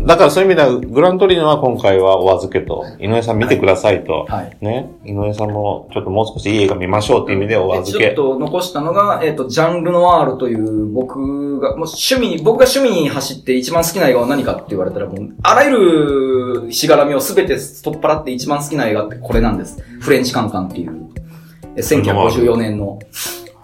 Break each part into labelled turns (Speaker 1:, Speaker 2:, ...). Speaker 1: だからそういう意味では、グラントリーノは今回はお預けと、井上さん見てくださいと、
Speaker 2: い。
Speaker 1: ね、井上さんもちょっともう少しいい映画見ましょうっていう意味でお
Speaker 2: で
Speaker 1: 預
Speaker 2: ちょっ
Speaker 1: け。
Speaker 2: と残したのが、えっ、と、ジャンルノワールという、僕が、もう趣味に、僕が趣味に走って一番好きな映画は何かって言われたら、もう、あらゆるしがらみをすべて取っ払って一番好きな映画ってこれなんです。フレンチカンカンっていう、え1954年の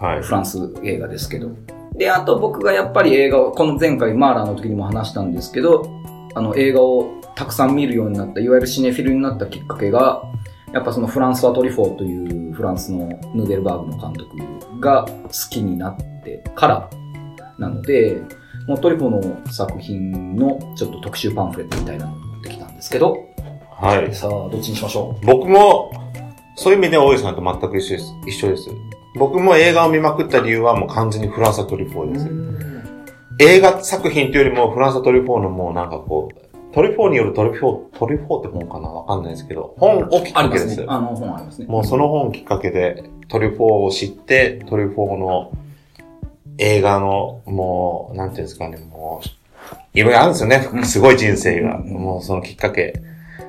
Speaker 1: はい。
Speaker 2: フランス映画ですけど。で、あと僕がやっぱり映画を、この前回マーラーの時にも話したんですけど、あの映画をたくさん見るようになった、いわゆるシネフィルになったきっかけが、やっぱそのフランスはトリフォーというフランスのヌーデルバーグの監督が好きになってからなので、もうトリフォーの作品のちょっと特集パンフレットみたいなのを持ってきたんですけど、
Speaker 1: はい。
Speaker 2: さあ、どっちにしましょ
Speaker 1: 僕も、そういう意味で大井さんと全く一緒です。一緒です。僕も映画を見まくった理由はもう完全にフランサトリュフォーです。映画作品というよりもフランサトリュフォーのもうなんかこう、トリュフォーによるトリュフォー、トリュフォーって本かなわかんないですけど、本をきっ
Speaker 2: う
Speaker 1: か
Speaker 2: あ
Speaker 1: け
Speaker 2: りま
Speaker 1: ですす。
Speaker 2: ね。あの本ありますね。
Speaker 1: もうその本をきっかけでトリュフォーを知って、トリュフォーの映画のもう、なんていうんですかね、もう、いろいろあるんですよね。すごい人生が。
Speaker 2: うん
Speaker 1: もうそのきっかけ。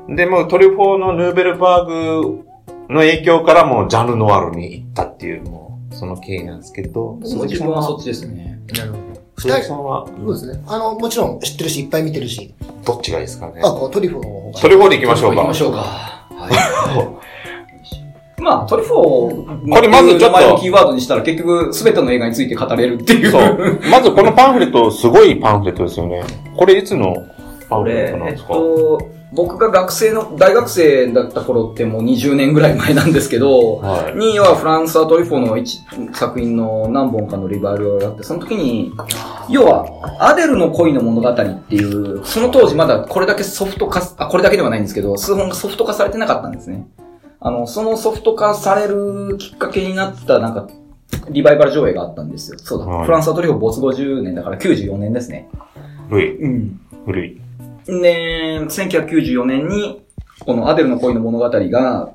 Speaker 1: で、もうトリュフォーのヌーベルバーグの影響からもうジャンルノワールに行ったっていう、もう、その経緯なんですけど、
Speaker 2: 僕も
Speaker 1: 鈴木
Speaker 2: 自
Speaker 1: さん
Speaker 2: 分はそ
Speaker 1: は、
Speaker 2: っちですね。
Speaker 3: なるほど。
Speaker 1: 鈴木さんは、
Speaker 3: そうですね。あの、もちろん知ってるし、いっぱい見てるし。
Speaker 1: どっちがいいですかね
Speaker 3: あ、。こう、トリュフの方が。
Speaker 1: トリュフォーで行きましょう
Speaker 2: 行き
Speaker 1: か
Speaker 2: ま。しょうか。はい。まあ、トリュフォー、
Speaker 1: これまずちょっと
Speaker 2: 名前をキーワードにしたら結局、すべての映画について語れるっていう。
Speaker 1: そう。まずこのパンフレット、すごいパンフレットですよね。これいつのパン
Speaker 2: こ
Speaker 1: フレッ
Speaker 2: れ
Speaker 1: トなん、
Speaker 2: え
Speaker 1: で
Speaker 2: っ
Speaker 1: すか、
Speaker 2: と、僕が学生の、大学生だった頃ってもう20年ぐらい前なんですけど、
Speaker 1: はい。
Speaker 2: 2位はフランスはトリュフォーの一作品の何本かのリバイバルがあって、その時に、要は、アデルの恋の物語っていう、その当時まだこれだけソフト化す、あ、これだけではないんですけど、数本がソフト化されてなかったんですね。あの、そのソフト化されるきっかけになった、なんか、リバイバル上映があったんですよ。そうだ。
Speaker 1: はい
Speaker 2: フランスはトリュフォー没50年だから94年ですね。
Speaker 1: 古い、
Speaker 2: うん。
Speaker 1: 古い。
Speaker 2: で、1994年に、このアデルの恋の物語が、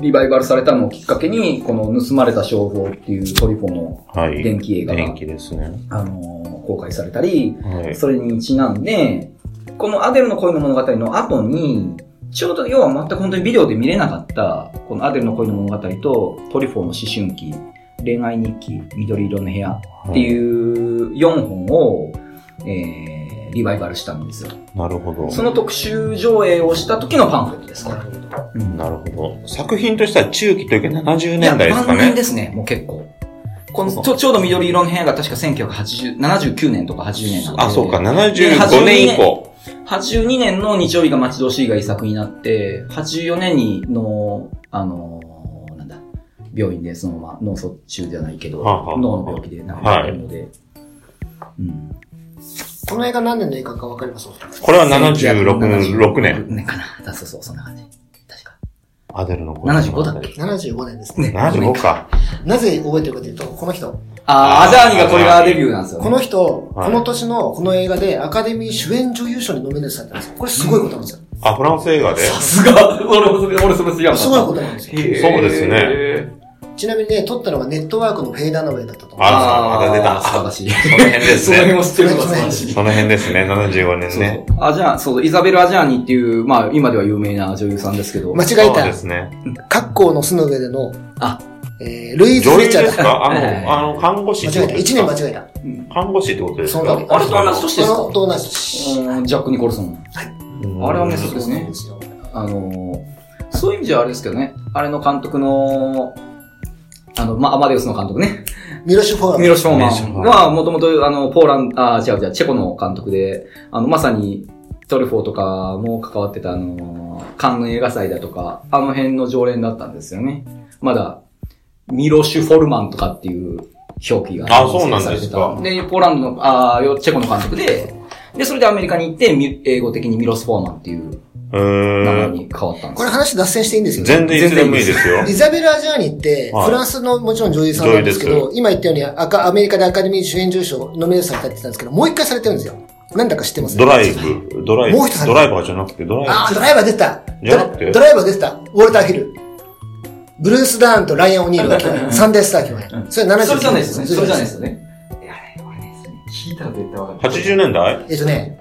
Speaker 2: リバイバルされたのをきっかけに、この盗まれた称号っていうトリフォの
Speaker 1: はい。
Speaker 2: 電気映画が
Speaker 1: 電、気ですね。
Speaker 2: あのー公開されたり、
Speaker 1: はい。
Speaker 2: それにちなんで、このアデルの恋の物語の後に、ちょうど要は全く本当にビデオで見れなかった、このアデルの恋の物語と、トリフォーの思春期、恋愛日記、緑色の部屋っていう4本を、えー、リバイバルしたんですよ。
Speaker 1: なるほど。
Speaker 2: その特集上映をした時のパンフレットですね。うん
Speaker 1: なるほど。作品としては中期というか70
Speaker 2: いや
Speaker 1: 年代ですか
Speaker 2: 晩年
Speaker 1: ね。
Speaker 2: ですね、もう結構。このちょちょうど緑色の部屋が確か1980 79年とか80年なんで。
Speaker 1: あ、そうか、75年以降。
Speaker 2: 82年の日曜日が待ち遠しいが遺作になって、84年にの、あのーなんだ、病院でそのまま脳卒中じゃないけど、
Speaker 1: はあはあ
Speaker 2: 脳の病気で亡くなってるので、うん。
Speaker 3: この映画何年の映画かわかります
Speaker 1: これは76 6
Speaker 2: 76
Speaker 1: 年。
Speaker 2: 年かな。だそうそう、そんな感じ。確か。
Speaker 1: アデルの声。
Speaker 2: 75だっけ
Speaker 3: ?75 年ですね。
Speaker 2: ね
Speaker 1: 75か。
Speaker 3: なぜ覚えてるかというと、この人。
Speaker 2: あー、アザーニがこれがデビューなんですよ、ね。
Speaker 3: この人、
Speaker 1: はい
Speaker 3: この年のこの映画でアカデミー主演女優賞にノミネートされたんですよ。これすごいことなんですよ。
Speaker 1: あ、フランス映画で。
Speaker 2: さすが、俺もそれ、俺それ知らなかった。
Speaker 3: すごいことなんですよ。
Speaker 2: へー
Speaker 1: そうですね。
Speaker 3: ちなみにね、撮ったのがネットワークのフェイダーナウェイだったと思う。
Speaker 1: あーまだ出た
Speaker 2: 素晴らしい。
Speaker 1: その辺で
Speaker 2: そ
Speaker 1: す
Speaker 2: の辺
Speaker 1: ね。
Speaker 2: も知ってるのが素晴らしい。
Speaker 1: その辺ですね、75年ね。
Speaker 2: そうそうアジャン、そう、イザベル・アジャーニっていう、まあ、今では有名な女優さんですけど。
Speaker 3: 間違
Speaker 1: そ
Speaker 3: え
Speaker 1: うで
Speaker 3: た。
Speaker 1: すね。
Speaker 3: 格好の巣の上での、
Speaker 2: あ
Speaker 3: えー、ルイーズ・
Speaker 1: 女
Speaker 3: フレッ
Speaker 1: 優
Speaker 3: チャ
Speaker 1: で
Speaker 3: ー
Speaker 1: す
Speaker 3: だ。
Speaker 1: かあ
Speaker 2: はいはい
Speaker 1: の、あの、看護師
Speaker 3: 間
Speaker 1: ってこ
Speaker 3: 違え
Speaker 1: と
Speaker 3: た。
Speaker 1: です
Speaker 3: 一
Speaker 1: か
Speaker 3: 年間違えた。
Speaker 1: 看護師ってことです
Speaker 3: そ
Speaker 1: か
Speaker 3: うなんです
Speaker 2: あれと同じ年ですか
Speaker 3: あのと同じ年。
Speaker 2: うんジャック・ニコルソン。
Speaker 1: うん
Speaker 2: あれはねそうですね
Speaker 3: なんよ
Speaker 2: あのー、そういう意味じゃあれですけどね、あれの監督の、あの、ま、アマデウスの監督ね。
Speaker 3: ミロシュ・フォーラム
Speaker 2: ミロショー
Speaker 1: ミ
Speaker 2: マ
Speaker 1: ロショーマン
Speaker 2: ンは、もともと、あの、ポーラン、あ、違う違う、チェコの監督で、あの、まさに、トルフォーとかも関わってた、あの、カンヌ映画祭だとか、あの辺の常連だったんですよね。まだ、ミロシュ・フォルマンとかっていう表記が。
Speaker 1: あそうなんですか
Speaker 2: で、ポーランドの、あよチェコの監督で、で、それでアメリカに行って、み英語的にミロス・フォーマンっていう
Speaker 1: う
Speaker 2: 名前
Speaker 1: ーん。
Speaker 2: に変わったんです
Speaker 3: これ話脱線していいんですよね。
Speaker 1: 全然いつでもいいですよ。
Speaker 3: イザベル・アジャーニって、
Speaker 1: はい
Speaker 3: フランスのもちろん女優さんなんですけ
Speaker 1: 女優
Speaker 3: ど、今言ったようにアカアメリカでアカデミー主演女優賞ノミネートされたって言ったんですけど、もう一回されてるんですよ。なんだか知ってます
Speaker 1: ドライ。ブ、ドライブ、
Speaker 3: もう一つある
Speaker 1: ドライバーじゃなくて、ドライ
Speaker 3: あー、ドライバー出た。
Speaker 1: じゃなくて
Speaker 3: ドライバー出た。ウォルター・ヒル。ブルース・ダーンとライアン・オニールが共演。サンデー・スター共演。それ79。
Speaker 2: それじゃないですよね。それじゃないですすよね。いや、俺ね、聞いたら絶対わ
Speaker 1: ブ。80年代
Speaker 3: えっとね、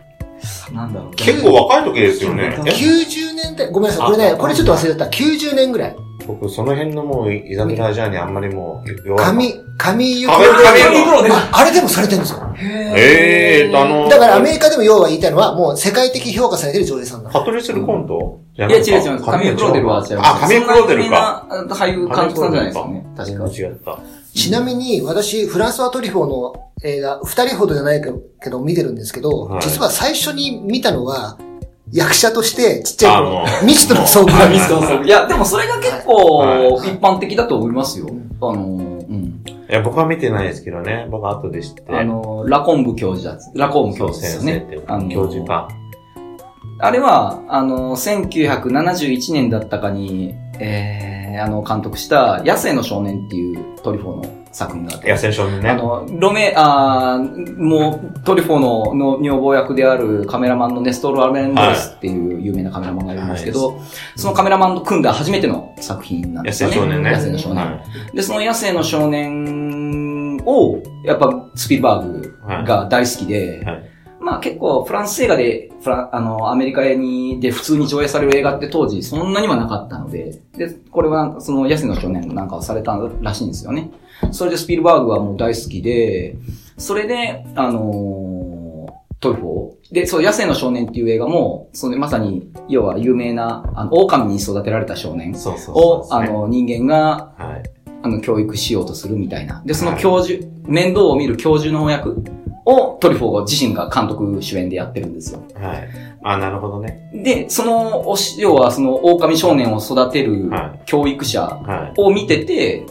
Speaker 2: なんだろう。
Speaker 1: 結構若い時ですよね。え
Speaker 3: 90年代、ごめんなさい、これね、これちょっと忘れてた。90年ぐらい。
Speaker 1: 僕、その辺のもう、イザベラ・ジャーニーあんまりもう、弱い。
Speaker 3: 神、神ゆき
Speaker 1: 神神ゆきこ
Speaker 3: ああれでもされてるんですよ。
Speaker 1: ええーと、あの、
Speaker 3: だからアメリカでも要は言いたいのは、もう世界的評価されてる女優さんなの。
Speaker 1: カトリス・ルコントい
Speaker 2: いや、違う違う。カミュークローデルは違う。
Speaker 1: あ、カミュークローデルか。。
Speaker 2: 俳優監督さんじゃないですよね。確か。
Speaker 1: 違った。
Speaker 3: ちなみに、私、フランスはトリフォーの映画、二人ほどじゃないけど見てるんですけど、
Speaker 1: はい
Speaker 3: 実は最初に見たのは、役者としてちっちゃい頃
Speaker 1: あも、う
Speaker 3: 未知との遭遇なんですよ。
Speaker 2: いや、でもそれが結構、一般的だと思いますよ。あのー、うん。
Speaker 1: いや、僕は見てないですけどね。僕は後で知って。
Speaker 2: あのー、ラコンブ教授だ。ラコンブ教
Speaker 1: そう
Speaker 2: 授です
Speaker 1: 先
Speaker 2: よ
Speaker 1: 生
Speaker 2: ね
Speaker 1: って、。
Speaker 2: あのー
Speaker 1: 教授。か。
Speaker 2: あれは、あのー、1971年だったかに、えー、あの、監督した、野生の少年っていうトリフォーの作品があって
Speaker 1: 野。生少年ね。
Speaker 2: あの、ロメ、あーもう、トリフォーのの女房役であるカメラマンのネストロ・アメンドレスっていう有名なカメラマンがいるんですけど、そのカメラマンと組んだ初めての作品な
Speaker 1: 野
Speaker 2: んですよ
Speaker 1: 生
Speaker 2: ね。
Speaker 1: 少年ね。
Speaker 2: 野生の少年。
Speaker 1: は
Speaker 2: で、その野生の少年を、やっぱスピルバーグが大好きで、
Speaker 1: はいはい
Speaker 2: まあ結構フランス映画で、フランあの、アメリカに、で普通に上映される映画って当時そんなにはなかったので、で、これはその野生の少年なんかをされたらしいんですよね。それでスピルバーグはもう大好きで、それで、あのートリフォー。で、そう、野生の少年っていう映画も、そのまさに、要は有名な、あの、狼に育てられた少
Speaker 1: い。
Speaker 2: 年
Speaker 1: そうそうそう
Speaker 2: を、
Speaker 1: です
Speaker 2: あ
Speaker 1: ね。
Speaker 2: の、人間が、
Speaker 1: はい。
Speaker 2: あの、教育しようとするみたいな。で、その教授、面倒を見る教授の役をトリフォー自身が監督主演でやってるんですよ。
Speaker 1: はい。あ、なるほどね。
Speaker 2: で、その、おし要はその、狼少年を育てる
Speaker 1: は
Speaker 2: 教育者
Speaker 1: はい。
Speaker 2: を見てて、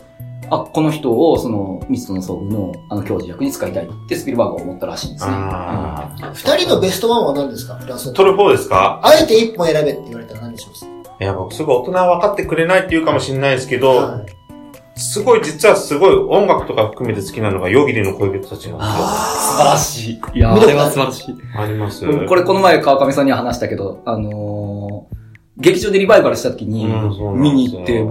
Speaker 2: あ、この人をその、ミストの遭遇のあの教授役に使いたいってスピルバーグは思ったらしいんですね。
Speaker 1: ああ。
Speaker 3: 二人のベストワンは何ですかフランスの
Speaker 1: トルフォーですか
Speaker 3: あえて一本選べって言われたら何にします
Speaker 1: いや、僕すごい大人は分かってくれないって言うかもしれないですけど、
Speaker 3: はい
Speaker 1: すごい、実はすごい音楽とか含めて好きなのが、ヨギリの恋人たちなんですよ。
Speaker 2: あ、素晴らしい。いや
Speaker 3: 見たことないあれは素
Speaker 2: 晴らしい。
Speaker 1: あります。
Speaker 2: うんこれこの前川上さんには話したけど、あのー劇場でリバイバルした時に
Speaker 1: うんそうな
Speaker 2: 見
Speaker 1: んですよ
Speaker 2: に行って、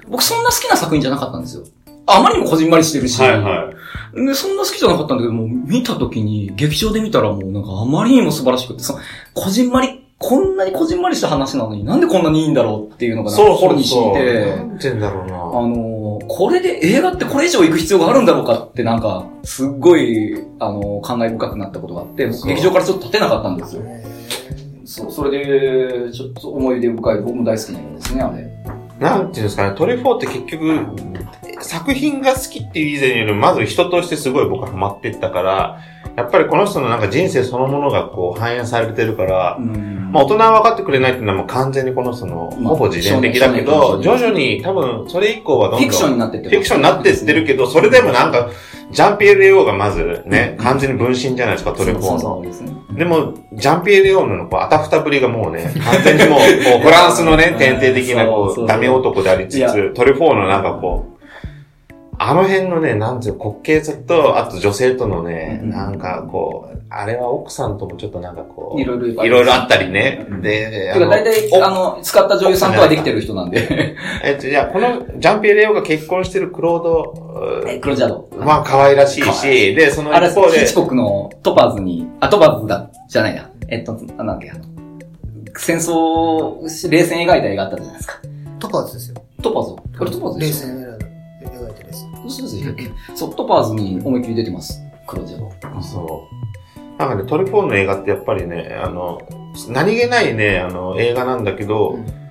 Speaker 2: 僕、僕そんな好きな作品じゃなかったんですよ。あまりにもこじんまりしてるし、
Speaker 1: はいはい。
Speaker 2: でそんな好きじゃなかったんだけど、もう見た時に、劇場で見たらもうなんかあまりにも素晴らしくて、そのこじんまりこんなにこじんまりした話なのになんでこんなにいいんだろうっていうのが、
Speaker 1: そうそう
Speaker 2: 心に
Speaker 1: そ
Speaker 2: 染
Speaker 1: う。
Speaker 2: みて、
Speaker 1: なんて言うんだろう
Speaker 2: あ
Speaker 1: な。
Speaker 2: のー、これで映画ってこれ以上行く必要があるんだろうかってなんか、すっごい、あのー、感慨深くなったことがあって、
Speaker 1: そう
Speaker 2: 劇場からちょっと立てなかったんですよ。
Speaker 3: へ
Speaker 2: そう、それで、ちょっと思い出深い、僕も大好きな映画ですね、あれ。
Speaker 1: なんていうんですかね、トリフォーって結局、作品が好きっていう以前よりも、まず人としてすごい僕はハマってったから、やっぱりこの人のなんか人生そのものがこう反映されてるから、
Speaker 2: ん
Speaker 1: まあ大人は分かってくれないっていうのはもう完全にこの人の
Speaker 2: まあ
Speaker 1: ほぼ自伝的だけ
Speaker 2: 少
Speaker 1: ど、
Speaker 2: 年少
Speaker 1: 徐
Speaker 2: 年
Speaker 1: 々に多分それ以降はどんどん
Speaker 2: フィクションになってって
Speaker 1: フィクションになってってるけど、それでもなんか、ジャンピエール・エオがまずね、完全に分身じゃないですか、トレフォ
Speaker 2: そう
Speaker 1: ー
Speaker 2: そう
Speaker 1: の。
Speaker 2: ですね。
Speaker 1: でも、ジャンピエール・エオのこう、あたふたぶりがもうね、完全にもう、こうフランスのね、典型的な
Speaker 2: そうそう
Speaker 1: こ、
Speaker 2: そうう
Speaker 1: ダメ男でありつ
Speaker 2: いや
Speaker 1: つ、トレフォーのなんかこう、あの辺のね、なんていうの、滑稽と、あと女性とのね、
Speaker 2: うん
Speaker 1: なんかこう、あれは奥さんともちょっとなんかこう、
Speaker 2: いろいろ
Speaker 1: いろいろあったりね
Speaker 2: う。ん
Speaker 1: で、
Speaker 2: てか大体、
Speaker 1: お
Speaker 2: あの、使った女優さんとはできてる人な んで。
Speaker 1: えっと、じゃあ、このジャンピエレオが結婚してるクロードう
Speaker 2: クロジャド。
Speaker 1: ー、まあ、可愛らしい
Speaker 2: 可
Speaker 1: し、で、その
Speaker 2: あれ、
Speaker 1: 一
Speaker 2: ヒ
Speaker 1: 方で
Speaker 2: ッチ、コックのトパーズに、あ、トパーズだ、じゃないな。えっと、なんだっけ、あの、戦争、冷戦描いた映画あったじゃないですか。
Speaker 3: ートパーズですよ。
Speaker 2: トパーズこれトパーズで
Speaker 3: 冷
Speaker 2: しょ
Speaker 3: 静に描いてるやつ。
Speaker 2: そうですよそう、トパーズに思いっきり出てます。クロジャド。
Speaker 1: そう。なんかね、トリフォーンの映画ってやっぱりね、あの、何気ないね、あの、映画なんだけど、
Speaker 3: うん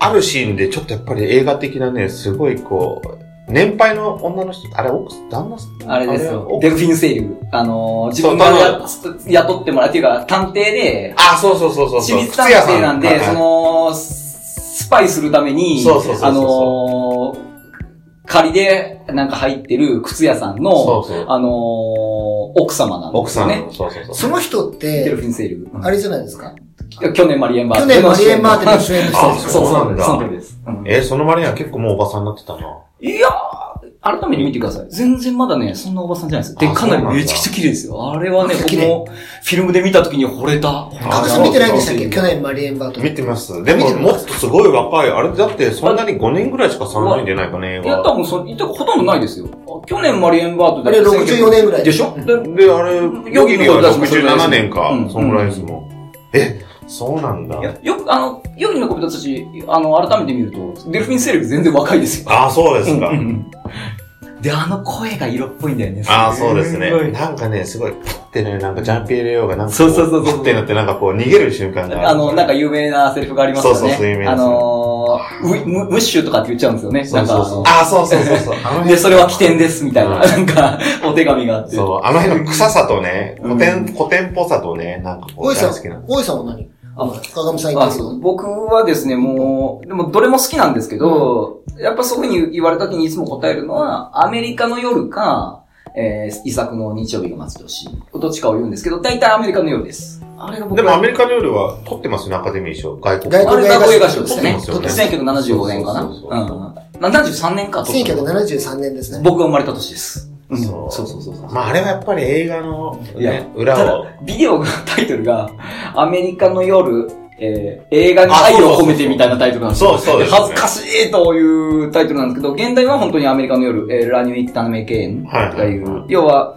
Speaker 1: あるシーンでちょっとやっぱり映画的なね、すごいこう、年配の女の人、あれ、奥、旦那さん
Speaker 2: あれです
Speaker 1: は
Speaker 2: よ。
Speaker 1: 奥
Speaker 2: デルフィンセイル。あのー、自
Speaker 1: そう
Speaker 2: 分がや雇ってもらうっていうか、探偵で、
Speaker 1: あ、そうそうそうそう
Speaker 2: 私
Speaker 1: そう。
Speaker 2: 立探偵なん
Speaker 1: 靴
Speaker 2: で、
Speaker 1: 屋
Speaker 2: そ
Speaker 1: さん
Speaker 2: の、スパイするために、
Speaker 1: そうそうそうそう
Speaker 2: あのー、仮でなんか入ってる靴屋さんの、
Speaker 1: そうそう。
Speaker 2: あのー、奥様なんで
Speaker 1: 奥
Speaker 2: す
Speaker 1: さ
Speaker 2: よ
Speaker 1: ん
Speaker 2: ね。
Speaker 1: の、そうそうそう。
Speaker 3: その人っ
Speaker 2: デル
Speaker 3: て、
Speaker 2: フィンセイル。
Speaker 3: あれじゃないですか。
Speaker 2: 去年マリエンバー
Speaker 3: 去
Speaker 2: テ
Speaker 3: 年マリエン・マーティンの主演の人
Speaker 1: あ
Speaker 3: です
Speaker 2: そ
Speaker 1: そ
Speaker 2: う
Speaker 1: う
Speaker 2: そ
Speaker 1: なん
Speaker 2: う、
Speaker 1: だ
Speaker 2: その時です。うん
Speaker 1: えー、その割には結構もうおばさんになってたな。
Speaker 2: いやー、改めて見てください。全然まだね、そんなおばさんじゃないですよ。
Speaker 1: あ
Speaker 2: で、かな
Speaker 1: そう
Speaker 2: り
Speaker 1: なんだ
Speaker 2: めちゃくちゃ綺麗ですよ。あれはね、
Speaker 3: あ
Speaker 2: 僕
Speaker 3: 綺麗
Speaker 2: もフィルムで見た時に惚れた。
Speaker 1: あ
Speaker 3: カブス見てないんでしたっけ去年マリエン・バート
Speaker 1: 見てます。で
Speaker 3: 見
Speaker 1: も、
Speaker 3: て
Speaker 1: も
Speaker 3: ま
Speaker 1: っとすごい若い。あれだって、そんなに5年ぐらいしか差ないんじゃないかね、映
Speaker 2: いや、
Speaker 1: 画。
Speaker 2: 多分そ、ほとんどないですよ。あ去年マリエンバート
Speaker 3: あれ64年ぐらい
Speaker 2: でしょで
Speaker 1: で、あれ、
Speaker 2: ん
Speaker 1: ヨギリは67年か
Speaker 2: う。ん
Speaker 1: そんぐらいですもん。え、そうなんだ
Speaker 2: い。やよく、あの、ヨギの子たち、あの、改めて見ると、デルフィンセレブ全然若いですよ。
Speaker 1: あ、そうですか
Speaker 2: うん。うんうんで、あの声が色っぽいんだよね。
Speaker 1: あそうですね
Speaker 2: すごい。
Speaker 1: なんかね、すごい、パッてね、なんかジャンピエレオがなんかこ、
Speaker 2: そうそうそうそう
Speaker 1: パッてなって、なんかこう、逃げる瞬間が
Speaker 2: あの、なんか有名なセリフがありますよね。
Speaker 1: そうそうそう有名な
Speaker 2: あのー、ウィムムッシュとかって言っちゃうんですよね。
Speaker 1: そうそうそう。
Speaker 2: なんか
Speaker 1: あ、そうそうそう そう。あの
Speaker 2: あの
Speaker 1: 辺
Speaker 2: で、それは起点です、みたいな、
Speaker 1: うん
Speaker 2: なんか、お手紙があって。
Speaker 1: そう、あの辺の臭さとね、古
Speaker 2: うん
Speaker 1: 典、古典っぽさとね、なんかこ
Speaker 3: 大
Speaker 1: う、
Speaker 3: 井さ、
Speaker 1: 大好きなん
Speaker 3: 大井さんは何
Speaker 2: あ
Speaker 3: あ、鏡さん言
Speaker 2: あ
Speaker 3: ってるけ
Speaker 2: そう
Speaker 3: ど。
Speaker 2: 僕はですね、もう、でもどれも好きなんですけど、やっぱそういうふうに言われた時にいつも答えるのは、アメリカの夜か、えー、遺作の日曜日が待ち遠しい。どっちかを言うんですけど、大体アメリカの夜です。あれが僕
Speaker 1: でもアメ
Speaker 2: メ
Speaker 1: リカ料理は取ってますね、アカデミー賞。外国
Speaker 3: 外
Speaker 2: あ
Speaker 3: 国
Speaker 2: れが映画賞ですよね。
Speaker 1: そうですよね
Speaker 2: 1975年かな。
Speaker 1: そううそ
Speaker 2: ん
Speaker 1: うそうそ
Speaker 2: うん。73年か。
Speaker 3: 1973年ですね。
Speaker 2: 僕が生まれた年です。ん
Speaker 1: そう
Speaker 2: そうそうそうそう。
Speaker 1: まああれはやっぱり映画の、
Speaker 2: いや
Speaker 1: ね、裏
Speaker 2: た
Speaker 1: を。
Speaker 2: だ、ビデオが、タイトルが、アメリカの夜、えー映画に愛を込めてみたいなタイトルなんですよ。
Speaker 1: そうそうそうそうそうそうですね
Speaker 2: 恥ずかしいというタイトルなんですけど、現代は本当にアメリカの夜、えーラニュイッタナメケーンと
Speaker 1: はい
Speaker 2: か
Speaker 1: はい
Speaker 2: いう、
Speaker 1: はい
Speaker 2: 要は、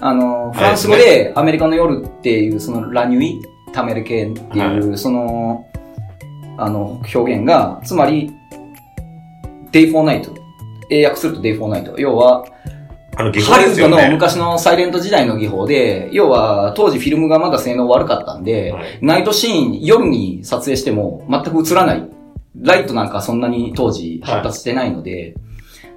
Speaker 2: あの、フランス語でアメリカの夜っていう、そのラニュイタメルケーンっていう、その、あの、表現が、つまり、デイフォーナイト。英訳するとデイフォーナイト。要は、
Speaker 1: あの、技法
Speaker 2: ハリウ
Speaker 1: で
Speaker 2: ッ
Speaker 1: す
Speaker 2: ド
Speaker 1: よ
Speaker 2: の
Speaker 1: ね。
Speaker 2: 昔のサイレント時代の技法で、要は当時フィルムがまだ性能悪かったんで、
Speaker 1: はい
Speaker 2: ナイトシーン、夜に撮影しても全く映らない。ライトなんかそんなに当時発達してないので、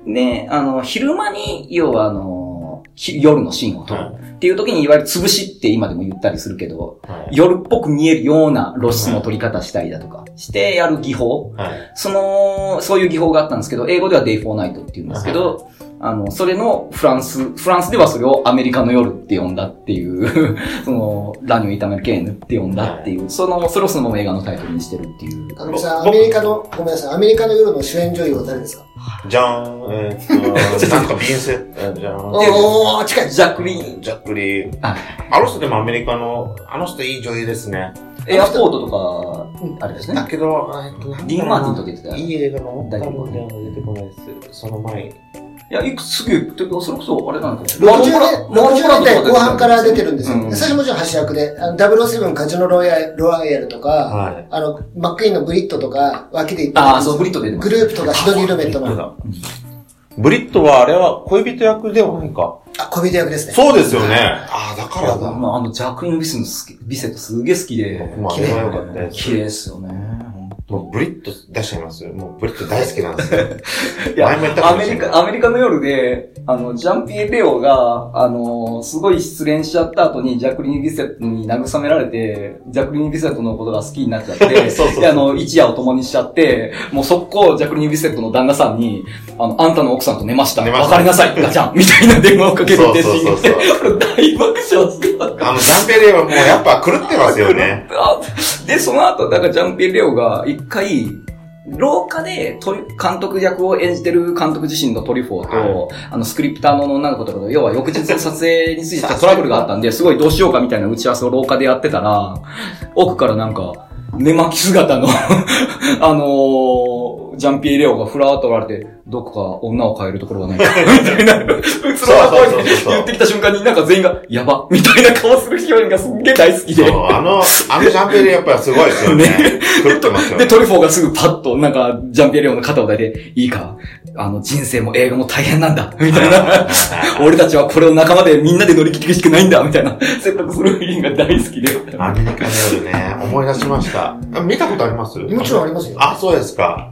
Speaker 2: で、あの、昼間に、要はあの、ひ夜のシーンを撮る。
Speaker 1: は
Speaker 2: っていう時にいわゆる潰しって今でも言ったりするけど、
Speaker 1: はい
Speaker 2: 夜っぽく見えるような露出の撮り方したりだとか、してやる技法。
Speaker 1: はい
Speaker 2: その、そういう技法があったんですけど、英語では Day for Night って言うんですけど、あの、それのフランス、フランスではそれをアメリカの夜って呼んだっていう、 その、ラニュー・イタメル・ケーヌって呼んだっていう、その、それをそのまま映画のタイトルにしてるっていう。
Speaker 3: 鏡さん、アメリカの、ごめんなさい、アメリカの夜の主演女優は誰ですか
Speaker 1: じゃーん、えーっと、なんかビンセット、じゃーん。
Speaker 3: おー、近いです。
Speaker 2: ジャックリーン、
Speaker 1: ジャックリー。
Speaker 2: あ
Speaker 1: あの人でもアメリカの、あの人いい女優ですね。
Speaker 2: エアポートとか、あれです
Speaker 1: だ
Speaker 2: ね。
Speaker 1: けど、えーっとなんだろうな
Speaker 2: ディーン・マーティンと出てたよ
Speaker 1: いい映画の、
Speaker 2: 誰
Speaker 1: 多分出てこないです。その前に。
Speaker 2: いや、いくつすげえ、てかそれこそ、あれなんだけ
Speaker 3: 60年、60年代後半から出てるんですよ。で最初もちろん橋役で、あの007カジノロイヤルロワイヤルとか、
Speaker 1: はい
Speaker 3: あの、マックイーンのブリットとか、脇でいっぱい
Speaker 2: ああ、そう、ブリット出てま
Speaker 3: グ
Speaker 2: す。
Speaker 3: ループとかシドニー・ルメットの、
Speaker 1: ブリットはあれは恋人役ではないか。
Speaker 3: あ、小人役ですね。
Speaker 1: そうですよね。ああ、だか
Speaker 2: い
Speaker 1: ら
Speaker 2: や、
Speaker 1: だ。
Speaker 2: まあ、あの、ジャックイン・ビセットすげ、ビセットすげえ好きで。
Speaker 1: 僕もあれは良かったです
Speaker 2: 綺麗ですよね。
Speaker 1: もうブリット出しちゃいますもうブリット大好きなんですよ。
Speaker 2: いや
Speaker 1: 前も言ったか
Speaker 2: ア
Speaker 1: も
Speaker 2: メ
Speaker 1: しれ
Speaker 2: リ
Speaker 1: ない
Speaker 2: カ、アメリカの夜で、あの、ジャンピエレオが、あの、すごい失恋しちゃった後に、ジャクリーン・ビセットに慰められて、ジャクリーン・ビセットのことが好きになっちゃって、
Speaker 1: そうそうそう
Speaker 2: で、あの、一夜を共にしちゃって、もう速攻、ジャクリーン・ビセットの旦那さんに、あの、あんたの奥さんと寝ました。
Speaker 1: 寝ました
Speaker 2: 別れなさい、ガチャンみたいな電話をかけるってシ
Speaker 1: そうそ
Speaker 2: ー
Speaker 1: う
Speaker 2: ン
Speaker 1: そう
Speaker 2: で、
Speaker 1: そう
Speaker 2: これ大爆笑してた。
Speaker 1: あの、ジャンペレはもうやっぱ狂ってますよね。
Speaker 2: あで、その後、だからジャンピエレオが一回、廊下でトリ監督役を演じてる監督自身のトリフォーと、あの、スクリプターの女の子とかと、要は翌日の撮影についてトラブルがあったんで、すごいどうしようかみたいな打ち合わせを廊下でやってたら、奥からなんか、寝巻き姿の、 あのー、ジャンピエレオがふらーっとおられて、どこか女を変えるところはないか、みたいな、うつろな声で言ってきた瞬間になんか全員が、やば、みたいな顔する表現がすっげえ大好き
Speaker 1: そ
Speaker 2: で。
Speaker 1: う、あの、あのジャンペレやっぱすごいですよね。狂ってますよ
Speaker 2: で、
Speaker 1: ね。
Speaker 2: トリフォーがすぐパッと、なんか、ジャンピエレオの肩を抱いて、いいか、あの、人生も映画も大変なんだ、みたい な。俺たちはこれを仲間でみんなで乗り切るしかないんだ、みたいな。せっかくそのフィリングが大好きで。
Speaker 1: アメリカの夜ね、思い出しました。あ見たことあります
Speaker 3: もちろんありますよ。
Speaker 1: あ、そうですか。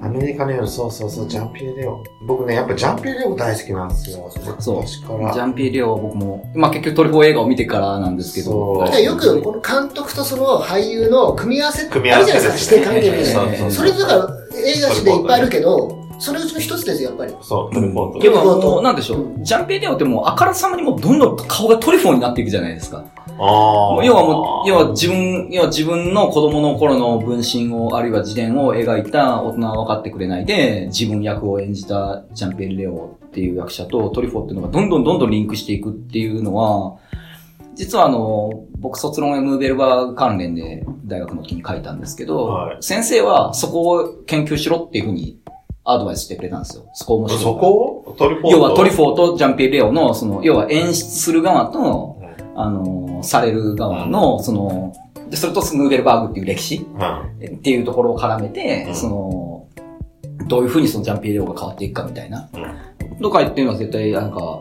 Speaker 1: アメリカの夜、そうそうそう、ジャンピエレオ。僕ね、やっぱジャンピエレオ大好きなんですよ。
Speaker 2: そう
Speaker 1: 昔から。
Speaker 2: ジャンピエレオは僕も、まあ結局トリフォー映画を見てからなんですけ
Speaker 1: そ
Speaker 2: ど。
Speaker 1: う
Speaker 3: でよく、この監督とその俳優の組み合わせってある
Speaker 1: 組み
Speaker 3: じ
Speaker 1: 合
Speaker 3: ゃな
Speaker 1: わ
Speaker 3: い
Speaker 1: せですす
Speaker 3: でか、
Speaker 1: ね
Speaker 3: 指定関係みたい
Speaker 2: そうそうそ
Speaker 3: な。
Speaker 2: う
Speaker 3: それだから、映画史でいっぱいあるけど、それうちの一つですよ、やっぱり。
Speaker 1: そう、トリポート。
Speaker 2: でももう、なんでしょう。ジャンピエレオってもう、あからさまにもうどんどん顔がトリフォーになっていくじゃないですか。
Speaker 1: あ
Speaker 2: も
Speaker 1: あ。
Speaker 2: う要はもう、要は自分、要は自分の子供の頃の分身を、あるいは自伝を描いた大人は分かってくれないで、自分役を演じたジャンピエン・レオっていう役者とトリフォーっていうのがどんどんどんどんリンクしていくっていうのは、実はあの、僕卒論をムーベルバーグ関連で大学の時に書いたんですけど、
Speaker 1: はい
Speaker 2: 先生はそこを研究しろっていうふうにアドバイスしてくれたんですよ。そこ面白いから
Speaker 1: そこトリポート。
Speaker 2: 要はトリフォーとジャンピエ・レオの、その、要は演出する側と、あの、される側の、その、で、それとムーベルバーグっていう歴史
Speaker 1: うん。
Speaker 2: っていうところを絡めて、
Speaker 1: うん
Speaker 2: その、どういうふうにそのジャンピエ・レオが変わっていくかみたいな、とかっていうのは絶対なんか、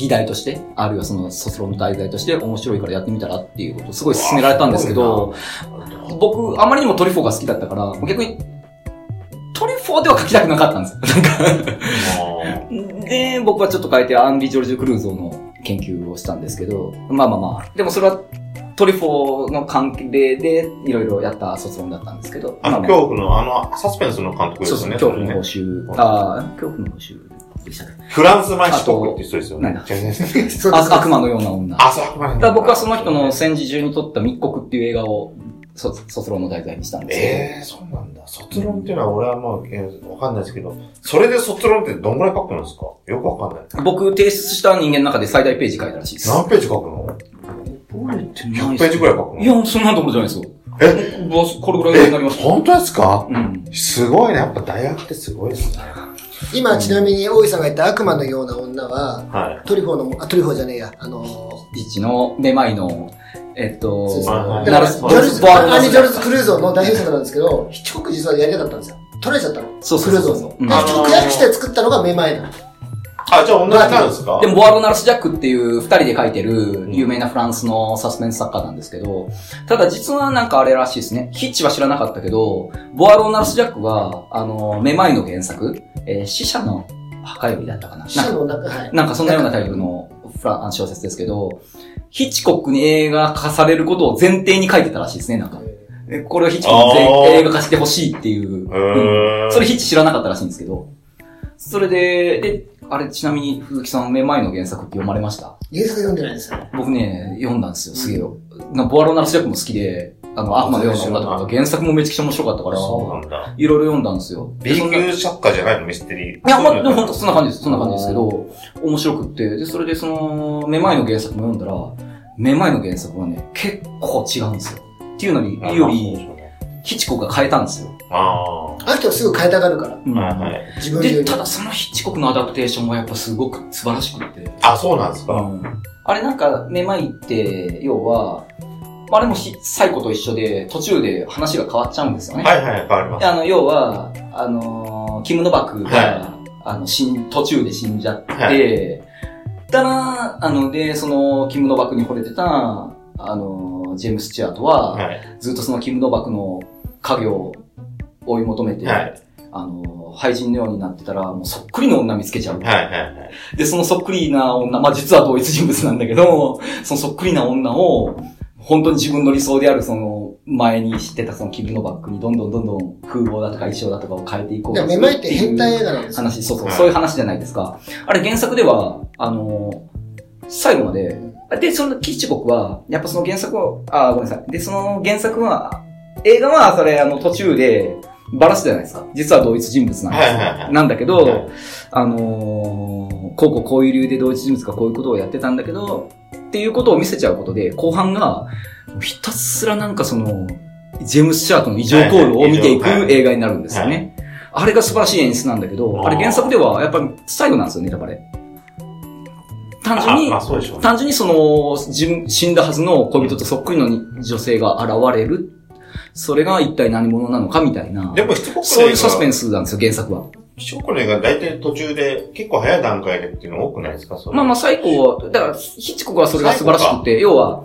Speaker 2: 議題として、あるいはその卒論の題材として面白いからやってみたらっていうことをすごい勧められたんですけど、僕、あまりにもトリフォーが好きだったから、逆に、トリフォーでは書きたくなかったんですよ。なんか、
Speaker 1: あ
Speaker 2: で、僕はちょっと変えて、アンリ・ジョルジュ・クルーゾーの研究をしたんですけど、まあまあまあ、でもそれはトリフォーの関係でいろいろやった卒論だったんですけど、
Speaker 1: ーあの、
Speaker 2: まあまあ
Speaker 1: 恐怖の、あの、サスペンスの監督で
Speaker 2: そう
Speaker 1: す
Speaker 2: そう、
Speaker 1: よね。
Speaker 2: 恐怖の
Speaker 1: ね。
Speaker 2: 報酬、ああ、恐怖の報酬でしたね。
Speaker 1: フランスマン四国っていう人ですよ
Speaker 2: あ
Speaker 1: ね
Speaker 2: と。
Speaker 1: 全然
Speaker 3: そうです
Speaker 2: あ悪魔のような女。だか
Speaker 1: あ、そう、あくまでも
Speaker 2: ら僕はその人の戦時中に撮った密告っていう映画をそ卒論の題材にしたんですけど、
Speaker 1: ええそうなんだ。卒論っていうのは俺はもう、えーわかんないですけど、それで卒論ってどんぐらい書くんですかよくわかんない。
Speaker 2: 僕提出した人間の中で最大ページ書いたらしいです。
Speaker 1: 何ページ書くの
Speaker 2: 覚えてない
Speaker 1: ?100 ページぐらい書くの
Speaker 2: いや、そんなところじゃないですよ。
Speaker 1: え
Speaker 2: うわこれぐらいになりました。
Speaker 1: 本当ですか
Speaker 2: うん。
Speaker 1: すごいね。やっぱ大学ってすごいですね。
Speaker 3: 今、ちなみに、大井さんが言った悪魔のような女は、
Speaker 1: は
Speaker 3: トリフォーの、あ、トリフォーじゃねえや、あの
Speaker 2: ビッチのめまいの、えっと、
Speaker 3: そうそう
Speaker 1: はい
Speaker 3: だ
Speaker 2: ナ
Speaker 3: から
Speaker 2: ル
Speaker 3: ジ
Speaker 2: ス
Speaker 3: ョルズ、アンリ・ジョル
Speaker 2: ズ
Speaker 3: ズ・クルーゾーの代表作なんですけど、ヒッチコック実はやりたかったんですよ。取られちゃったの。
Speaker 2: そう
Speaker 3: ク
Speaker 2: そう
Speaker 3: ルー
Speaker 2: そ
Speaker 3: ゾ
Speaker 2: う
Speaker 3: ー
Speaker 2: そう
Speaker 3: の。
Speaker 2: うん
Speaker 3: でヒッチコックが来て作ったのがめまいなの。
Speaker 1: い。あ、じゃあ同じなんですか
Speaker 2: でも、ボアロ・ナルス・ジャックっていう二人で書いてる有名なフランスのサスペンス作家なんですけど、ただ実はなんかあれらしいですね。ヒッチは知らなかったけど、ボアロ・ナルス・ジャックは、あの、めまいの原作、えー死者の墓よりだったかな。
Speaker 3: 死者の中、はい。
Speaker 2: なんかそんなようなタイプのフラン小説ですけど、ヒッチコックに映画化されることを前提に書いてたらしいですね、なんか。でこれをヒッチコックに全映画化してほしいっていう。
Speaker 1: へー
Speaker 2: うんそれヒッチ知らなかったらしいんですけど。それで、で、あれちなみに鈴木さん、めまいの原作って読まれました
Speaker 3: 原作読んでないんですよ。
Speaker 2: 僕ね、読んだんですよ、すげえよ。なボアロナルスジャックも好きで、あの、悪魔のような女とか原作もめちゃくちゃ面白かったから、
Speaker 1: そうなんだ。
Speaker 2: いろいろ読んだんですよ。
Speaker 1: B 級作家じゃないのミステリー。
Speaker 2: いや、まあ、でも本当そんな感じです。そんな感じですけど、面白くって。で、それでその、めまいの原作も読んだら、めまいの原作はね、結構違うんですよ。っていうのに、より、ヒチコが変えたんですよ。
Speaker 1: ああ。
Speaker 3: あの人はすぐ変えたがるから。
Speaker 2: うん
Speaker 1: はいはい。
Speaker 3: 自分流
Speaker 2: で、
Speaker 3: に
Speaker 2: た。だそのヒッチコックのアダプテーションもやっぱすごく素晴らしくって。
Speaker 1: あ、そうなんですか。
Speaker 2: あれなんか、めまいって、要は、まああれもひサイコと一緒で、途中で話が変わっちゃうんですよね。
Speaker 1: はいはい、変わりま
Speaker 2: であの、要は、あのーキム・ノバクが、
Speaker 1: は
Speaker 2: あの、死ん、途中で死んじゃって、
Speaker 1: は
Speaker 2: だな、あの、で、その、キム・ノバクに惚れてた、あのージェームス・チュアートは、
Speaker 1: す。はい。
Speaker 2: ずっとそのキム・ノバクの家業を追い求めて、
Speaker 1: はい。
Speaker 2: あのー廃人のようになってたら、もうそっくりの女見つけちゃう。
Speaker 1: はいはいはい。
Speaker 2: で、そのそっくりな女、まあ、実は同一人物なんだけど、そのそっくりな女を、本当に自分の理想である、その、前に知ってたそのキム・ノバックにどんどんどんどん風貌だとか衣装だとかを変えていこう
Speaker 3: で
Speaker 2: と
Speaker 3: も
Speaker 2: す
Speaker 3: め
Speaker 2: る
Speaker 3: まいって変態映画なんですよ。
Speaker 2: 話、そうそう、
Speaker 1: はい
Speaker 2: そういう話じゃないですか。あれ原作では、あの最後まで、で、その、キッチ僕は、やっぱその原作を、あー、ごめんなさい。で、その原作は、映画は、それ、あの、途中で、バラすじゃないですか。実は同一人物なんです
Speaker 1: は
Speaker 2: よ。
Speaker 1: いはいはい
Speaker 2: なんだけど、
Speaker 1: はい
Speaker 2: あのーこうこうこういう理由で同一人物がこういうことをやってたんだけど、っていうことを見せちゃうことで、後半が、ひたすらなんかその、ジェームス・シャートの異常行動を見ていく
Speaker 1: はいはい
Speaker 2: 映画になるんですよね。あれが素晴らしい演出なんだけど、
Speaker 1: あー
Speaker 2: あれ原作ではやっぱり最後なんですよね、ネタバレ。単純
Speaker 1: あ
Speaker 2: に
Speaker 1: まあ、そうでしょうね。
Speaker 2: 単純にその、自分、死んだはずの恋人とそっくりのに女性が現れる。それが一体何者なのかみたいな。
Speaker 1: でも、しつこく
Speaker 2: そういうサスペン
Speaker 1: ス。
Speaker 2: スなんですよ、原作は。
Speaker 1: しつこくねが大体途中で、結構早い段階でっていうの多くないですかそれ
Speaker 2: まあまあ、最高は、だから、ヒッチコクはそれが素晴らしくて、要は、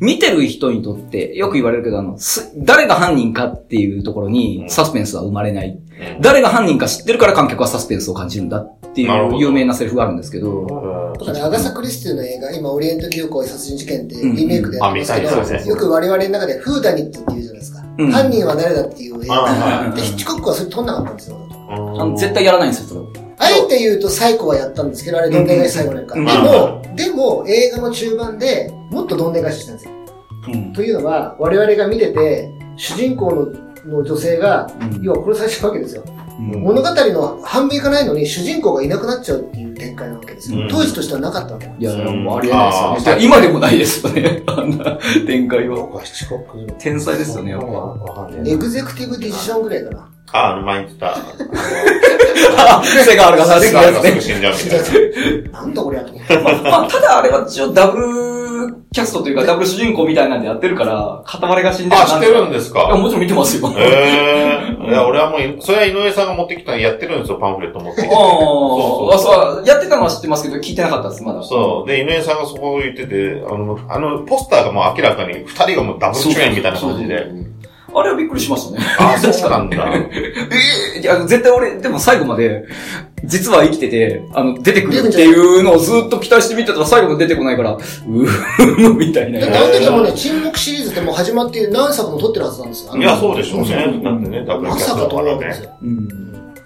Speaker 2: 見てる人にとって、よく言われるけど、あの、す誰が犯人かっていうところ
Speaker 1: う
Speaker 2: に、
Speaker 1: ん
Speaker 2: サスペンスは生まれない。
Speaker 1: うん
Speaker 2: 誰が犯人か知ってるから観客はサスペンスを感じるんだってい
Speaker 1: なるほど
Speaker 2: う有名なセリフがあるんですけど、
Speaker 3: だからアガサ・クリスティの映画、今、オリエント急行殺人事件ってリメイクでやってますけ
Speaker 1: うんあ見たい
Speaker 3: ど
Speaker 1: で、すね
Speaker 3: よく我々の中でフーダニットって言うじゃないですか。
Speaker 2: うん
Speaker 3: 犯人は誰だっていう映
Speaker 1: あ
Speaker 3: 画。
Speaker 1: は
Speaker 3: で、ヒッチコックはそれ撮んなかったんですよ。
Speaker 2: あの絶対やらないんですよ、それ
Speaker 3: あえて言うとサイコはやったんですけど、あれどんでん返し最後なんか。
Speaker 2: うん
Speaker 3: でも、でも映画の中盤でもっとどんでん返ししたんですよ。
Speaker 2: うん。
Speaker 3: というのは、我々が見てて、主人公のの女性が、
Speaker 2: うん
Speaker 3: 要は殺されちゃうわけですよ。
Speaker 1: うん
Speaker 3: 物語の半分いかないのに主人公がいなくなっちゃうっていう展開なわけですよ。
Speaker 1: うん
Speaker 3: 当時としてはなかったわけ。
Speaker 2: いや、いや
Speaker 1: うん
Speaker 2: もうありえないですよ
Speaker 1: あー
Speaker 2: ね。いや今でもないですよね。 あんな展開は。
Speaker 1: 僕は七国。
Speaker 2: 天才ですよねやっぱ
Speaker 1: わかんねえ
Speaker 3: エ
Speaker 1: な
Speaker 3: グゼクティブディシジョンぐらいか な。
Speaker 1: あ、あの、前に言ってた。
Speaker 2: 癖があるから、
Speaker 1: 誰
Speaker 2: 癖が
Speaker 1: か
Speaker 2: あ
Speaker 1: ら
Speaker 2: る
Speaker 1: が
Speaker 2: から
Speaker 1: すぐ死んじゃうみたいな。
Speaker 3: なんだこれやと思って。
Speaker 2: まあ、まあ、ただあれは一応ダブルキャストというか、ダブル主人公みたいなんでやってるから、片割れが死んで
Speaker 1: あ、知ってるん
Speaker 2: で
Speaker 1: です
Speaker 2: いや、
Speaker 1: か
Speaker 2: もちろん見てます よ。あ
Speaker 1: ええ。いや、俺はもう、それは井上さんが持ってきたのやってるんですよ、パンフレット持ってき
Speaker 2: あ
Speaker 1: て。
Speaker 2: あそう、やってたのは知ってますけど、聞いてなかったです、まだ。
Speaker 1: そう。で、井上さんがそこを言ってて、あの、あの、ポスターがもう明らかに、二人がもうダブル主演みたいな感じで。
Speaker 2: あれはびっくりしましたね。
Speaker 1: あ、そうなんだ。
Speaker 2: ええいや、絶対俺、でも最後まで、実は生きてて、あの、出てくるっていうのをずっと期待して見てたら最後も出てこないから、うーん、みたいな。
Speaker 3: で、なんででもね、沈黙シリーズってもう始まって何作も撮ってるはずなんですよ。
Speaker 1: いや、そうでしょうね。
Speaker 3: ん
Speaker 1: だってね、ダブル
Speaker 3: ま
Speaker 1: キャスト
Speaker 3: さか
Speaker 1: だ
Speaker 3: 撮
Speaker 1: か
Speaker 3: る
Speaker 1: ら
Speaker 3: わけです
Speaker 1: ね。
Speaker 3: よ。
Speaker 2: うん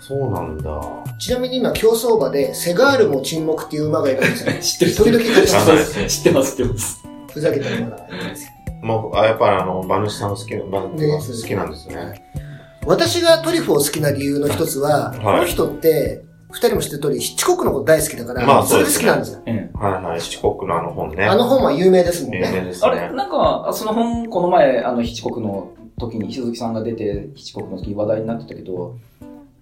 Speaker 1: そうなんだ。
Speaker 3: ちなみに今、競走馬で、セガールも沈黙っていう馬がいるん ですよ。
Speaker 2: 知ってる人
Speaker 3: 時々出てき
Speaker 2: 知
Speaker 3: ま。
Speaker 2: ってますす、知ってます、知ってます。
Speaker 3: ふざけた馬がいるんですよ。
Speaker 1: もう、あやっぱりあの、馬主さん好き、馬主さん好きなんですね。
Speaker 3: 私がトリュフを好きな理由の一つは、
Speaker 1: い
Speaker 3: この人って、二人も知ってる通り、ヒッチコックのこと大好きだから、
Speaker 1: まあ
Speaker 3: それで
Speaker 1: そうです
Speaker 3: 好
Speaker 1: ね
Speaker 3: きなんですよ。
Speaker 2: うん
Speaker 1: はいはい、四国のあの本ね。
Speaker 3: あの本は有名ですもん
Speaker 1: 有
Speaker 3: ね。
Speaker 1: 名です
Speaker 2: あれ、
Speaker 1: ね。
Speaker 2: なんか、あその本、この前、あの、七国の時に、鈴木さんが出て、七国の時に話題になってたけど、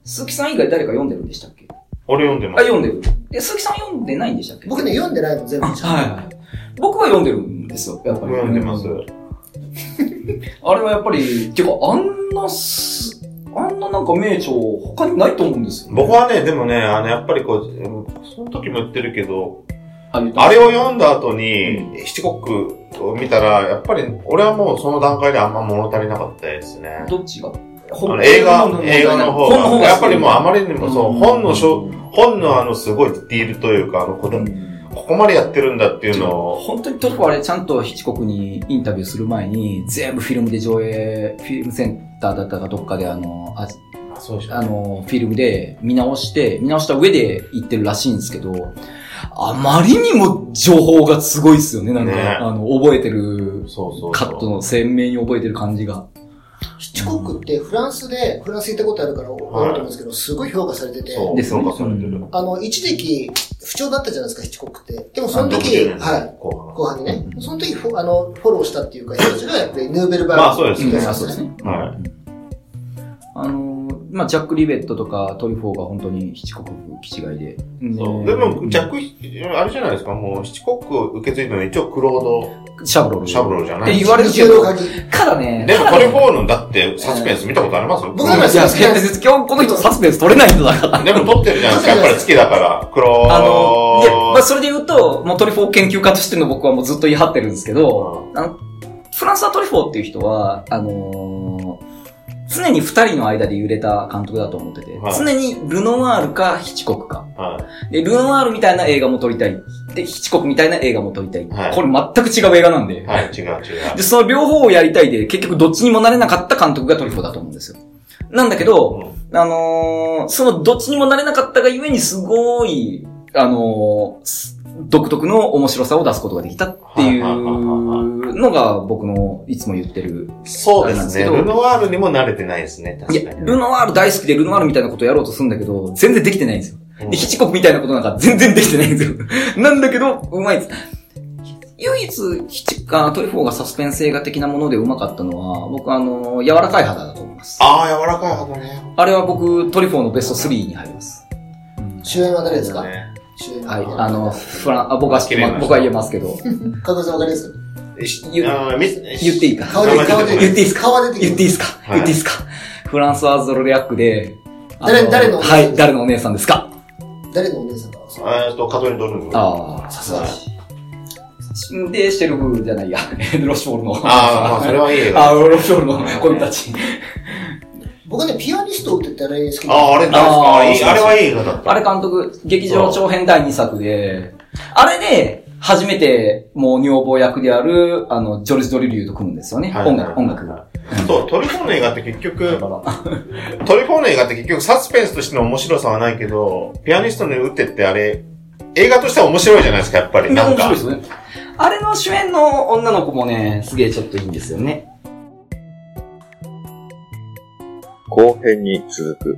Speaker 2: 鈴木さん以外誰か読んでるんでしたっけあ、
Speaker 1: 俺読んでます。
Speaker 2: 読んでる。え、鈴木さん読んでないんでしたっけ
Speaker 3: 僕ね、読んでないの全部
Speaker 2: あ、。はいはい。僕は読んでるんですよ、やっぱり。
Speaker 1: 読んでます。
Speaker 2: あれはやっぱり、てか、あんなす、あんななんか名著、他にないと思うんですよ。
Speaker 1: 僕はね、でもね、あの、やっぱりこううん、その時も言ってるけど、
Speaker 2: あ言った
Speaker 1: あれを読んだ後に、七国を見たら、やっぱり、俺はもうその段階であんま物足りなかったですね。
Speaker 2: どっちが
Speaker 1: あの映画、映画の方
Speaker 2: 本の方
Speaker 1: が、
Speaker 2: が
Speaker 1: やっぱりもうあまりにもそう、本のしょ、
Speaker 2: う
Speaker 1: 本のあの、すごいディティールというか、あの、こだ
Speaker 2: ん
Speaker 1: ここまでやってるんだっていうのを、
Speaker 2: 本当にトルコあれちゃんとヒチコクにインタビューする前に全部フィルムで上映フィルムセンターだったかどっかであのあ
Speaker 1: そうでしょ
Speaker 2: あのフィルムで見直して見直した上で行ってるらしいんですけどあまりにも情報がすごいですよねなんか、
Speaker 1: ね
Speaker 2: あの覚えてる
Speaker 1: そうそうそう。
Speaker 2: カットの鮮明に覚えてる感じが
Speaker 3: ヒッチコックってフランスで、フランス行ったことあるからわかると思うんですけど、すごい評価されてて、
Speaker 1: そう、
Speaker 2: ですね
Speaker 1: 評価されて
Speaker 2: う
Speaker 1: る
Speaker 2: ん。
Speaker 3: あの、一時期、不調だったじゃないですか、ヒッチコックって。でもその時、
Speaker 1: 60年
Speaker 3: はい。
Speaker 1: 代後
Speaker 3: 後半にね
Speaker 2: う、ん
Speaker 3: その時フォあのフォローしたっていうか、人たちがやっぱりヌーベルバーグ
Speaker 1: 半。まあそうで
Speaker 2: う
Speaker 1: す
Speaker 2: ん
Speaker 1: ね。
Speaker 3: そ
Speaker 2: あ
Speaker 3: うです
Speaker 2: そ
Speaker 3: ね
Speaker 2: うですね
Speaker 1: は
Speaker 2: あのーまあ、ジャック・リベットとかトリフォーが本当に七国風気違いで。
Speaker 1: そうう。
Speaker 2: ん
Speaker 1: でも、ジャック、あれじゃないですか、もう、七国を受け継いだのは一応、クロー
Speaker 2: シャブロ
Speaker 1: ド、
Speaker 2: ル。
Speaker 1: シャブロルじゃな
Speaker 2: って
Speaker 1: い。
Speaker 2: 言われるけど
Speaker 3: 中の鍵
Speaker 2: からね。
Speaker 1: でも、トリフォーの、だって、サスペンス見たことあります
Speaker 3: 僕らが
Speaker 2: いや、今日この人サスペンス取れない人だから。
Speaker 1: でも、撮ってるじゃないですか、やっぱり好きだから、クロー
Speaker 2: あの、で、まあ、それで言うと、もうトリフォー研究家としての僕はもうずっと言い張ってるんですけど、あの、フランスはトリフォーっていう人は、あのー常に二人の間で揺れた監督だと思ってて、
Speaker 1: はい
Speaker 2: 常にルノワールかヒチコクか。
Speaker 1: はい
Speaker 2: で、ルノワールみたいな映画も撮りたい。で、ヒチコクみたいな映画も撮りたい。
Speaker 1: はい
Speaker 2: これ全く違う映画なんで。
Speaker 1: はい、違う違う。
Speaker 2: で、その両方をやりたいで、結局どっちにもなれなかった監督がトリフォーだと思うんですよ。なんだけど、
Speaker 1: うん
Speaker 2: あのーそのどっちにもなれなかったがゆえにすごい、あのーす独特の面白さを出すことができたっていう
Speaker 1: はいはいはい
Speaker 2: のが僕のいつも言ってる。
Speaker 1: そうで
Speaker 2: あれなんですすけ
Speaker 1: ね。
Speaker 2: ど
Speaker 1: ルノワールにも慣れてないですね、
Speaker 2: い
Speaker 1: 確
Speaker 2: や
Speaker 1: か、に。
Speaker 2: ルノワール大好きでルノワールみたいなことをやろうとするんだけど、全然できてないんですよ。
Speaker 1: うん
Speaker 2: で、ヒチコクみたいなことなんか全然できてないんですよ。 なんだけど、うまいです。唯一、ヒチあトリフォーがサスペンス映画的なものでうまかったのは、僕あのー柔らかい肌だと思います。
Speaker 1: ああ、柔らかい肌ね。
Speaker 2: あれは僕、トリフォーのベスト3に入ります。
Speaker 3: 主演は誰ですか
Speaker 1: ね
Speaker 3: 主演
Speaker 2: はい、あの、フラン、あ僕は知って
Speaker 1: 綺麗な
Speaker 2: ま、
Speaker 1: 人
Speaker 2: 僕は言えますけ ど、
Speaker 3: かぐさんわかります
Speaker 2: 言う
Speaker 1: あーみ
Speaker 2: 言っていいか
Speaker 3: 顔で、顔で、
Speaker 2: 言っていいですか
Speaker 3: 顔は出て
Speaker 2: 言っていい
Speaker 3: い
Speaker 2: ですか、
Speaker 1: い
Speaker 2: 言っていいですかフランスワーズ・ロレアックで、あ
Speaker 3: 誰誰のお姉さん
Speaker 2: はい、誰のお姉さんですか
Speaker 3: 誰のお姉さんだ
Speaker 1: えーっと、カトリン・ドルム。
Speaker 2: ああ、
Speaker 3: さすがだ
Speaker 2: で、シェルフじゃないや、 ロシュフォール
Speaker 1: あ
Speaker 2: の。
Speaker 1: ーまあ、それはいいよ。
Speaker 2: あーロシュフォールの子供たち。
Speaker 3: 僕はね、ピアニストって言ってあれ好きで
Speaker 1: ああ、あれ
Speaker 2: あー
Speaker 1: 大好き。あれはいい映画だった。
Speaker 2: あれ監督、劇場長編第2作で、あれで、初めて、もう女房役である、あの、ジョルジ・ドリリューと組むんですよね。
Speaker 1: はい
Speaker 2: 音楽、音楽が。
Speaker 1: そう、トリフォーの映画って結局
Speaker 2: だ、から
Speaker 1: トリフォーの映画って結局サスペンスとしての面白さはないけど、ピアニストに打ってってあれ、映画としては面白いじゃないですか、やっぱり。なんか。
Speaker 2: ね。あれの主演の女の子もね、すげえちょっといいんですよね。
Speaker 4: 後編に続く。